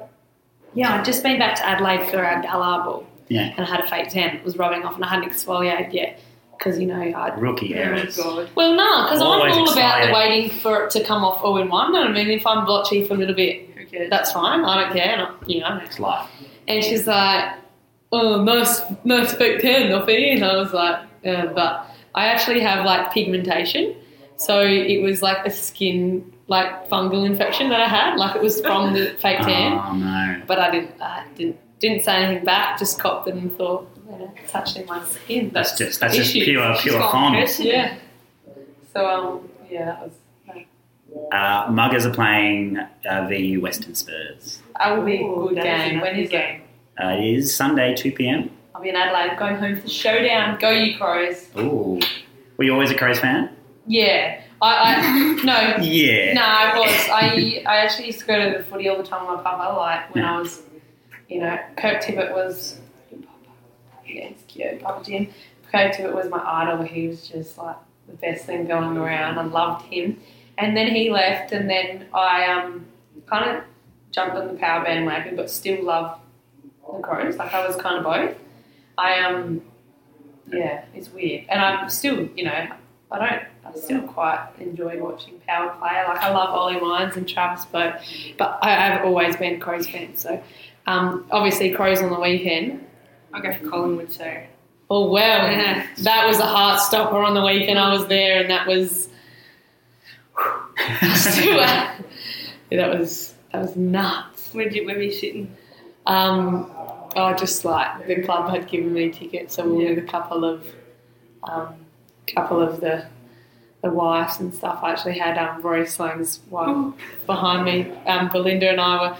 [SPEAKER 2] yeah, I'd just been back to Adelaide for our Gala ball.
[SPEAKER 1] Yeah.
[SPEAKER 3] and I had a fake tan. It was rubbing off and I hadn't exfoliated yet because, you know, I.
[SPEAKER 1] Rookie errors.
[SPEAKER 4] oh god.
[SPEAKER 3] Well, no, because I'm
[SPEAKER 1] Always
[SPEAKER 3] all about
[SPEAKER 1] exfoliate.
[SPEAKER 3] the waiting for it to come off all in one. And I mean, if I'm blotchy for a little bit,
[SPEAKER 4] Who cares?
[SPEAKER 3] that's fine. I don't care. And I, you know, I'm
[SPEAKER 1] It's life.
[SPEAKER 3] and she's like, "Oh, nice, nice fake tan, Noffy." And I was like, yeah, "But I actually have like pigmentation, so it was like a skin like fungal infection that I had. Like it was from the fake tan,
[SPEAKER 1] Oh no.
[SPEAKER 3] but I didn't, I didn't, didn't say anything back. Just copped it and thought, you know, it's actually my skin.
[SPEAKER 1] That's
[SPEAKER 3] That's
[SPEAKER 1] just that's just
[SPEAKER 3] issues.
[SPEAKER 1] pure
[SPEAKER 4] She's
[SPEAKER 1] pure
[SPEAKER 4] got
[SPEAKER 1] fun.
[SPEAKER 4] person.
[SPEAKER 3] yeah."
[SPEAKER 2] So, um, yeah, that was.
[SPEAKER 1] Uh, Muggers are playing uh, VU Western Spurs.
[SPEAKER 2] That will be a
[SPEAKER 4] Ooh,
[SPEAKER 2] good
[SPEAKER 4] Oh, that is
[SPEAKER 2] game.
[SPEAKER 4] another
[SPEAKER 2] When is it?
[SPEAKER 4] game.
[SPEAKER 1] Uh, it is Sunday, 2 p.m.
[SPEAKER 2] I'll be in Adelaide, going home for the showdown. Go, you crows.
[SPEAKER 1] Ooh. Were you always a Crows fan?
[SPEAKER 2] Yeah. I, I no,
[SPEAKER 1] Yeah.
[SPEAKER 2] No, I was. I I actually used to go to the footy all the time with my papa. Like when I was, you know, Kirk Tippett was. Yeah, he's cute, Papa Jim. Kirk Tippett was my idol. He was just like the best thing going around. I loved him. And then he left, and then I um kind of jumped on the power bandwagon, but still love the Crows. Like I was kind of both. I um, yeah, it's weird, and I'm still, you know, I don't. I still quite enjoy watching power play. Like I love Ollie Wines and Travis Boat, but I, I've always been a Crows fan. So um, obviously Crows on the weekend.
[SPEAKER 4] I'll go for Collingwood, so.
[SPEAKER 3] Oh well,
[SPEAKER 4] Yeah.
[SPEAKER 3] that was a heart stopper on the weekend. I was there, and that was yeah, that was that was nuts.
[SPEAKER 4] Where, did, where were you sitting?
[SPEAKER 3] Um, oh, just like the club had given me tickets, so we were with a couple of um, couple of the the wives and stuff. I actually had um, Rory Sloane's wife behind me. Um, Belinda and I were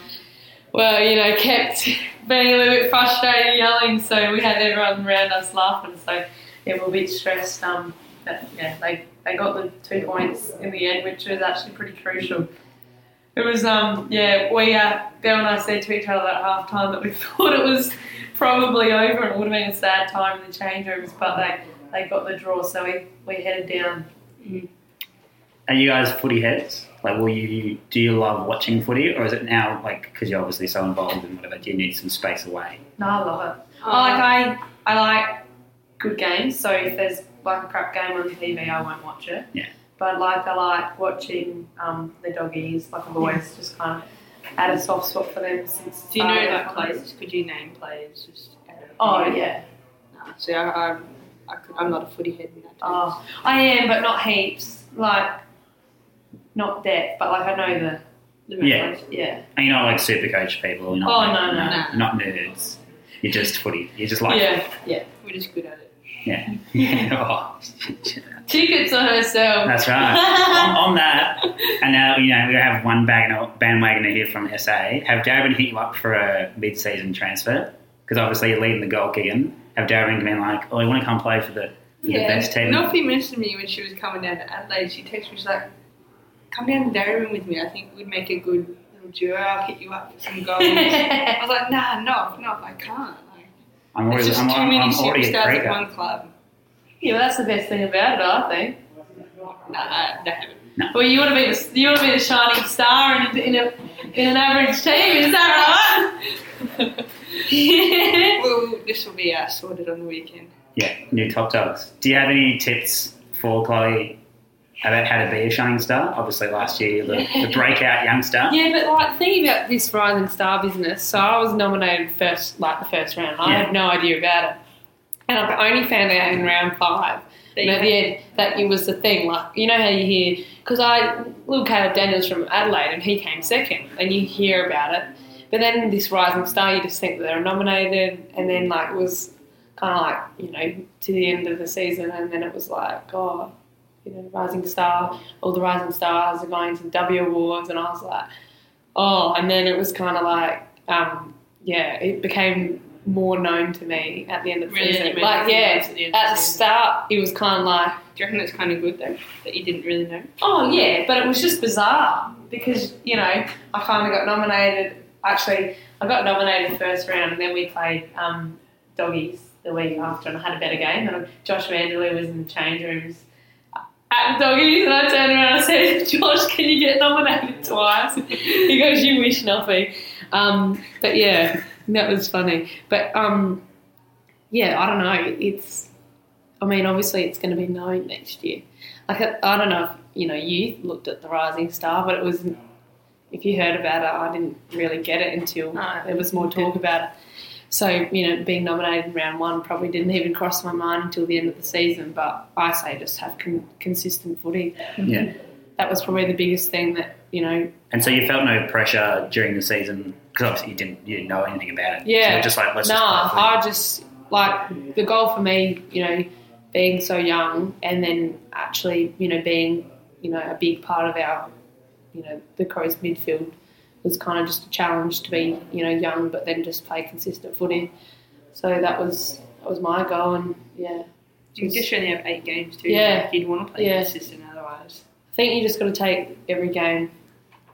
[SPEAKER 3] well, you know, kept being a little bit frustrated, yelling. So we had everyone around us laughing. So
[SPEAKER 2] Yeah, we're a bit stressed. Um, but yeah, they they got the two points in the end, which was actually pretty crucial. It was um, yeah, we uh, Bill and I said to each other at half time that we thought it was probably over and it would have been a sad time in the changeovers, but they they got the draw, so we we headed down.
[SPEAKER 1] Are you guys footy heads? Like, will you do you love watching footy, or is it now like because you're obviously so involved in whatever? Do you need some space away?
[SPEAKER 2] No, I love it.
[SPEAKER 4] Oh,
[SPEAKER 2] I like I, I like good games. So if there's like a crap game on TV, I won't watch it.
[SPEAKER 1] Yeah.
[SPEAKER 2] But like I like watching um, the doggies. Like I've always just kind of had a soft spot for them since.
[SPEAKER 4] Do you know
[SPEAKER 2] uh,
[SPEAKER 4] like players? Could you name players? Just out of-
[SPEAKER 2] Oh yeah.
[SPEAKER 4] No, see, I, I, Oh. I could, I'm not a footy head in that.
[SPEAKER 2] Oh, I am, but not heaps. Like
[SPEAKER 3] not that, but like I know the. the
[SPEAKER 1] Yeah.
[SPEAKER 3] ones. Yeah.
[SPEAKER 1] And you're not like super coach people. You're not like-
[SPEAKER 3] Oh, no, no,
[SPEAKER 4] no.
[SPEAKER 1] You're not nerds. You're just footy. You're just like
[SPEAKER 3] yeah.
[SPEAKER 4] We're just good at it.
[SPEAKER 1] yeah. yeah. Oh.
[SPEAKER 2] Tickets on herself.
[SPEAKER 1] That's right. on, on that, and now you know we have one bag- bandwagoner here from SA. Have Darwin hit you up for a mid-season transfer? Because obviously you're leading the goal kicking. Have Darwin been like, oh, you want to come play for the for the best team?
[SPEAKER 4] Nothing mentioned me when she was coming down to Adelaide. She texted me, she's like, come down to Darwin with me. I think we'd make a good little duo. I'll hit you up for some goals. I was like, nah, no, no, I can't. Like,
[SPEAKER 1] I'm
[SPEAKER 4] it's
[SPEAKER 1] already,
[SPEAKER 4] just
[SPEAKER 1] I'm,
[SPEAKER 4] too
[SPEAKER 1] I'm,
[SPEAKER 4] many
[SPEAKER 1] I'm already a
[SPEAKER 4] superstars at
[SPEAKER 1] creaker.
[SPEAKER 4] one club.
[SPEAKER 2] Yeah, well, that's the best thing about it, I think.
[SPEAKER 4] Nah, they haven't.
[SPEAKER 2] Well, you want to be the, you want to be the shining star in, in a in an average team, is that right? yeah.
[SPEAKER 4] Well, this will be uh, sorted on the weekend.
[SPEAKER 1] Yeah, new top dogs. Do you have any tips for Chloe about how to be a shining star? Obviously, last year the, the breakout youngster.
[SPEAKER 2] but like the thing about this rising star business, so I was nominated first, like the first round. I
[SPEAKER 1] Yeah.
[SPEAKER 2] had no idea about it, and I've only found out in round five.
[SPEAKER 4] That
[SPEAKER 2] And
[SPEAKER 4] you
[SPEAKER 2] at the end, that it was the thing. Like you know how you hear because I little Caleb Daniels from Adelaide and he came second, and you hear about it. But then this rising star, you just think that they were nominated, and then like it was kind of like you know to the end of the season, and then it was like oh, you know, rising star, all the rising stars are going to W awards, and I was like oh, and then it was kind of like um, yeah, it became more known to me at the end of the
[SPEAKER 4] Really
[SPEAKER 2] season.
[SPEAKER 4] made
[SPEAKER 2] Like
[SPEAKER 4] it
[SPEAKER 2] yeah,
[SPEAKER 4] at the end of
[SPEAKER 2] at
[SPEAKER 4] the
[SPEAKER 2] the
[SPEAKER 4] season.
[SPEAKER 2] start, it was kind of like,
[SPEAKER 4] Do you reckon that's kind of good though? That you didn't really know?
[SPEAKER 2] oh yeah,
[SPEAKER 3] But it was just bizarre because, you know, I kind of got nominated. Actually, I got nominated first round and then we played um, Doggies the week after and I had a better game. And Josh Vanderloo was in the change rooms at the Doggies and I turned around and I said, Josh, can you get nominated twice?
[SPEAKER 2] he goes, you wish nothing. Um, but yeah, that was funny. But um, yeah, I don't know. It's, I mean, obviously it's going to be known next year. Like I, I don't know if you know you looked at the Rising Star, but it was if you heard about it, I didn't really get it until
[SPEAKER 4] No.
[SPEAKER 2] there was more talk about it. So you know, being nominated in round one probably didn't even cross my mind until the end of the season. But I say just have con- consistent footy.
[SPEAKER 1] Yeah.
[SPEAKER 2] That was probably the biggest thing that you know
[SPEAKER 1] And so you felt no pressure during the season because obviously you didn't you didn't know anything about it.
[SPEAKER 2] Yeah.
[SPEAKER 1] So you're just like let's
[SPEAKER 2] No,
[SPEAKER 1] just play.
[SPEAKER 2] I just like the goal for me, you know, being so young and then actually, you know, being, you know, a big part of our, you know, the Crows midfield was kind of just a challenge to be, you know, young but then just play consistent footy. So that was that was my goal and yeah.
[SPEAKER 4] You just only have eight games too.
[SPEAKER 2] Yeah.
[SPEAKER 4] Like, you'd want to play
[SPEAKER 2] Yeah.
[SPEAKER 4] consistent otherwise.
[SPEAKER 2] I think you just got to take every game,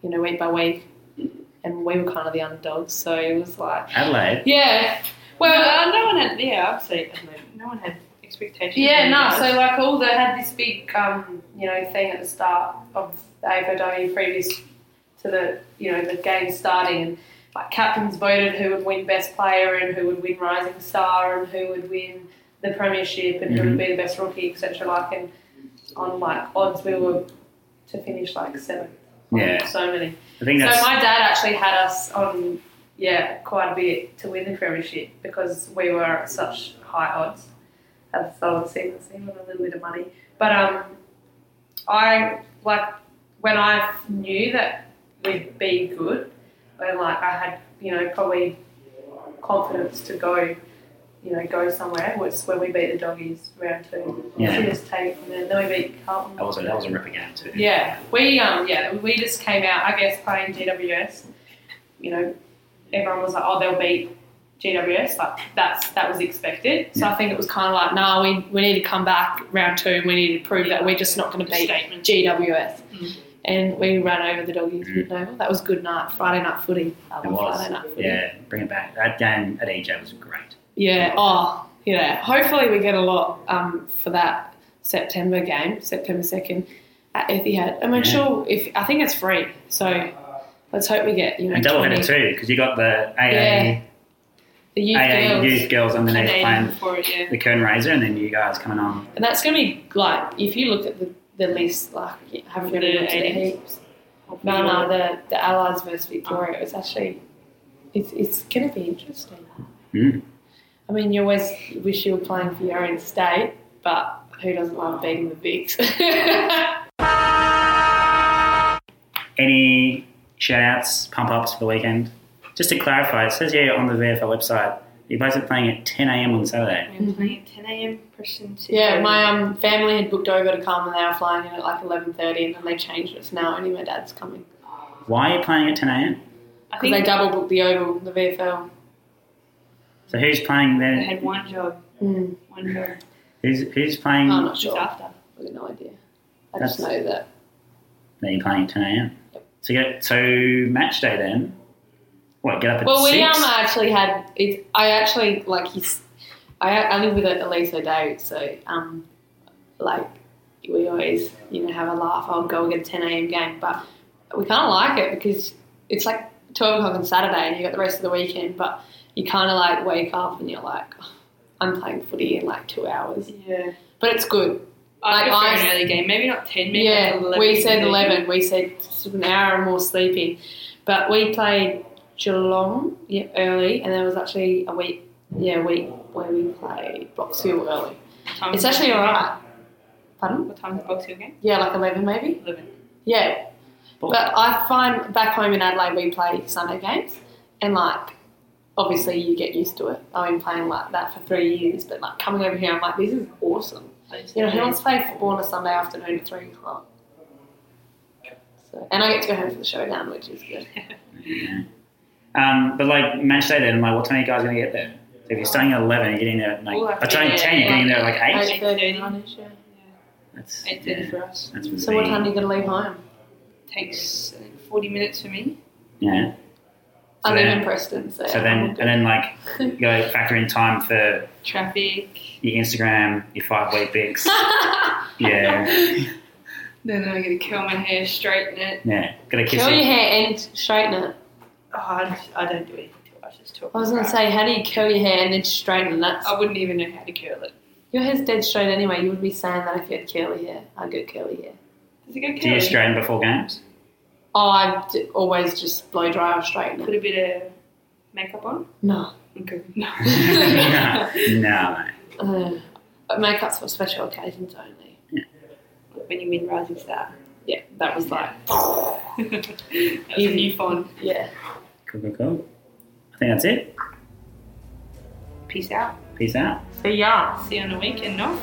[SPEAKER 2] you know, week by week. And we were kind of the underdogs, so it was like,
[SPEAKER 1] Adelaide.
[SPEAKER 2] yeah.
[SPEAKER 4] Well,
[SPEAKER 2] Well,
[SPEAKER 4] uh, no one had. Yeah, I've seen. I mean, no one had expectations.
[SPEAKER 3] Yeah,
[SPEAKER 4] of
[SPEAKER 3] no.
[SPEAKER 4] you
[SPEAKER 3] So
[SPEAKER 4] guys.
[SPEAKER 3] like all the had this big um, you know thing at the start of the AFLW previous to the you know the game starting and like captains voted who would win best player and who would win rising star and who would win the premiership and who would be the best rookie etc. Like and on like odds we were to finish like seven.
[SPEAKER 1] Yeah.
[SPEAKER 3] So many.
[SPEAKER 1] I think that's
[SPEAKER 3] So my dad actually had us on, yeah, quite a bit to win the premiership because we were at such high odds at the start of the season, so he won a little bit of money. But um, I like when I knew that we'd be good, and like I had, you know, probably confidence to go, you know, go somewhere. Was when we beat the doggies round two.
[SPEAKER 1] Yeah.
[SPEAKER 3] So just take it from there. Then we beat Carlton.
[SPEAKER 1] that was a that was a ripper game too.
[SPEAKER 3] Yeah, we um yeah we just came out I guess playing GWS. You know, everyone was like, oh, they'll beat GWS. Like that's that was expected.
[SPEAKER 2] So I think it was kind of like, no, we, we need to come back round two. We need to prove that we're just not going to beat
[SPEAKER 4] Statement.
[SPEAKER 2] GWS.
[SPEAKER 4] Mm.
[SPEAKER 2] And we ran over the doggies
[SPEAKER 1] Mm.
[SPEAKER 2] with Noble. That was good night. Friday night footy. I
[SPEAKER 1] It
[SPEAKER 2] love
[SPEAKER 1] was.
[SPEAKER 2] Friday night footy.
[SPEAKER 1] Yeah, bring it back. That game at EJ was great.
[SPEAKER 2] Yeah. Oh, yeah. Hopefully we get a lot um, for that September game, September second at Etihad. I'm
[SPEAKER 1] Yeah.
[SPEAKER 2] sure if I think it's free, so let's hope we get you know
[SPEAKER 1] And double headed
[SPEAKER 2] 20
[SPEAKER 1] too because you got the AA,
[SPEAKER 2] Yeah, the youth
[SPEAKER 1] AA
[SPEAKER 2] girls.
[SPEAKER 1] youth girls underneath
[SPEAKER 4] Canadian
[SPEAKER 1] playing
[SPEAKER 4] before it, yeah.
[SPEAKER 1] the Kern Razor, and then you guys coming on.
[SPEAKER 2] And that's going to be like, if you look at the, the list, like, you haven't
[SPEAKER 4] For
[SPEAKER 2] really
[SPEAKER 4] the
[SPEAKER 2] looked at the
[SPEAKER 4] 80s?
[SPEAKER 2] heaps. No, no, the, the Allies versus Victoria. It's actually, it's, it's going to be interesting.
[SPEAKER 1] Mm.
[SPEAKER 2] I mean, you always wish you were playing for your own state, but who doesn't love beating the Vicks?
[SPEAKER 1] shout outs, pump ups for the weekend? Just to clarify, it says here on the VFL website, you're basically playing at 10 a.m. on Saturday.
[SPEAKER 4] We're playing at 10 a.m. Preston
[SPEAKER 2] Mm-hmm.
[SPEAKER 4] City.
[SPEAKER 2] Yeah, my um, family had booked over to come and they were flying in at like 11.30 and then they changed it, so now only my dad's coming.
[SPEAKER 1] Why are you playing at 10 a.m.?
[SPEAKER 4] I
[SPEAKER 2] Because
[SPEAKER 4] think
[SPEAKER 2] they double booked the Oval, the VFL.
[SPEAKER 1] So who's playing
[SPEAKER 4] they
[SPEAKER 1] then?
[SPEAKER 4] had one job,
[SPEAKER 2] Mm.
[SPEAKER 4] one job
[SPEAKER 1] Who's, who's playing
[SPEAKER 2] I'm not
[SPEAKER 4] just
[SPEAKER 2] sure. I've
[SPEAKER 4] after.
[SPEAKER 2] got no idea. I
[SPEAKER 1] That's-
[SPEAKER 2] just know that.
[SPEAKER 1] that you're playing at 10 a.m.? So you get so match day then. What, get up at
[SPEAKER 2] Well,
[SPEAKER 1] 6?
[SPEAKER 2] we um, actually had, it, I actually, like, he's, I, I live with Elise O'Dowd, so, um, like, we always, you know, have a laugh. I'll go and get a 10 a.m. game, but we kind of like it because it's like 12 o'clock on Saturday and you got the rest of the weekend, but you kind of like wake up and you're like, "Oh, I'm playing footy in like two hours.
[SPEAKER 4] Yeah.
[SPEAKER 2] But it's good.
[SPEAKER 4] I
[SPEAKER 2] Like,
[SPEAKER 4] prefer
[SPEAKER 2] I-
[SPEAKER 4] an early game. Maybe not 10, maybe
[SPEAKER 2] yeah,
[SPEAKER 4] like 11.
[SPEAKER 2] we said 11, we said sort of an hour or more sleeping, but we played Geelong yeah, early and there was actually a week, yeah, a week where we played Boxhill early.
[SPEAKER 4] Time
[SPEAKER 2] It's actually alright. Pardon?
[SPEAKER 4] What time's the boxing game?
[SPEAKER 2] Yeah, like 11 maybe?
[SPEAKER 4] 11.
[SPEAKER 2] Yeah.
[SPEAKER 1] But-
[SPEAKER 2] But I find back home in Adelaide we play Sunday games and like obviously you get used to it. I've been playing like that for three years, but like coming over here I'm like, this is awesome. You know, who wants to play football on a Sunday afternoon at three o'clock? So, and I get to go home for the showdown, which is good.
[SPEAKER 1] Yeah. Um, but like match day then, like what time are you guys gonna get there? So if you're starting at eleven, you're getting there at like,
[SPEAKER 4] We'll have
[SPEAKER 1] or
[SPEAKER 4] to
[SPEAKER 1] starting at
[SPEAKER 4] get
[SPEAKER 1] ten, you're
[SPEAKER 4] there
[SPEAKER 1] getting there at
[SPEAKER 4] at
[SPEAKER 1] like eight.
[SPEAKER 4] eight.
[SPEAKER 1] That's
[SPEAKER 4] 8.30
[SPEAKER 1] yeah,
[SPEAKER 4] for us.
[SPEAKER 1] that's really
[SPEAKER 2] So what time are you going to leave home?
[SPEAKER 4] Takes uh, 40 minutes for me.
[SPEAKER 1] yeah. So
[SPEAKER 2] I live
[SPEAKER 1] then,
[SPEAKER 2] in Preston, so,
[SPEAKER 1] so then, and then like you gotta factor in time for
[SPEAKER 4] Traffic.
[SPEAKER 1] your Instagram, your five week bics. yeah,
[SPEAKER 4] Then I'm going to curl my hair, straighten it.
[SPEAKER 1] yeah. Gotta kiss
[SPEAKER 2] Curl your
[SPEAKER 1] it.
[SPEAKER 2] hair and straighten it.
[SPEAKER 4] Oh, I, just- I don't do anything to it. I just talk.
[SPEAKER 2] I was going to
[SPEAKER 4] crap.
[SPEAKER 2] say, how do you curl your hair and then straighten it? That's
[SPEAKER 1] Oh.
[SPEAKER 4] I wouldn't even know how to curl it.
[SPEAKER 2] Your hair's dead straight anyway. You would be saying that if you had curly hair. I got curly hair.
[SPEAKER 4] Does it go curly?
[SPEAKER 1] Do you straighten before games?
[SPEAKER 2] Oh, I d- always just blow dry or straighten it.
[SPEAKER 4] Put a bit of makeup on?
[SPEAKER 2] No.
[SPEAKER 4] Okay. No.
[SPEAKER 1] no, no.
[SPEAKER 2] Uh, but makeup's for special occasions only.
[SPEAKER 4] when you mean rising star.
[SPEAKER 2] Yeah, that was like,
[SPEAKER 4] That's a new fun.
[SPEAKER 2] yeah.
[SPEAKER 1] Cool, cool, cool. I think that's it.
[SPEAKER 4] Peace out.
[SPEAKER 1] Peace out.
[SPEAKER 2] So, yeah.
[SPEAKER 4] See you on the weekend, no?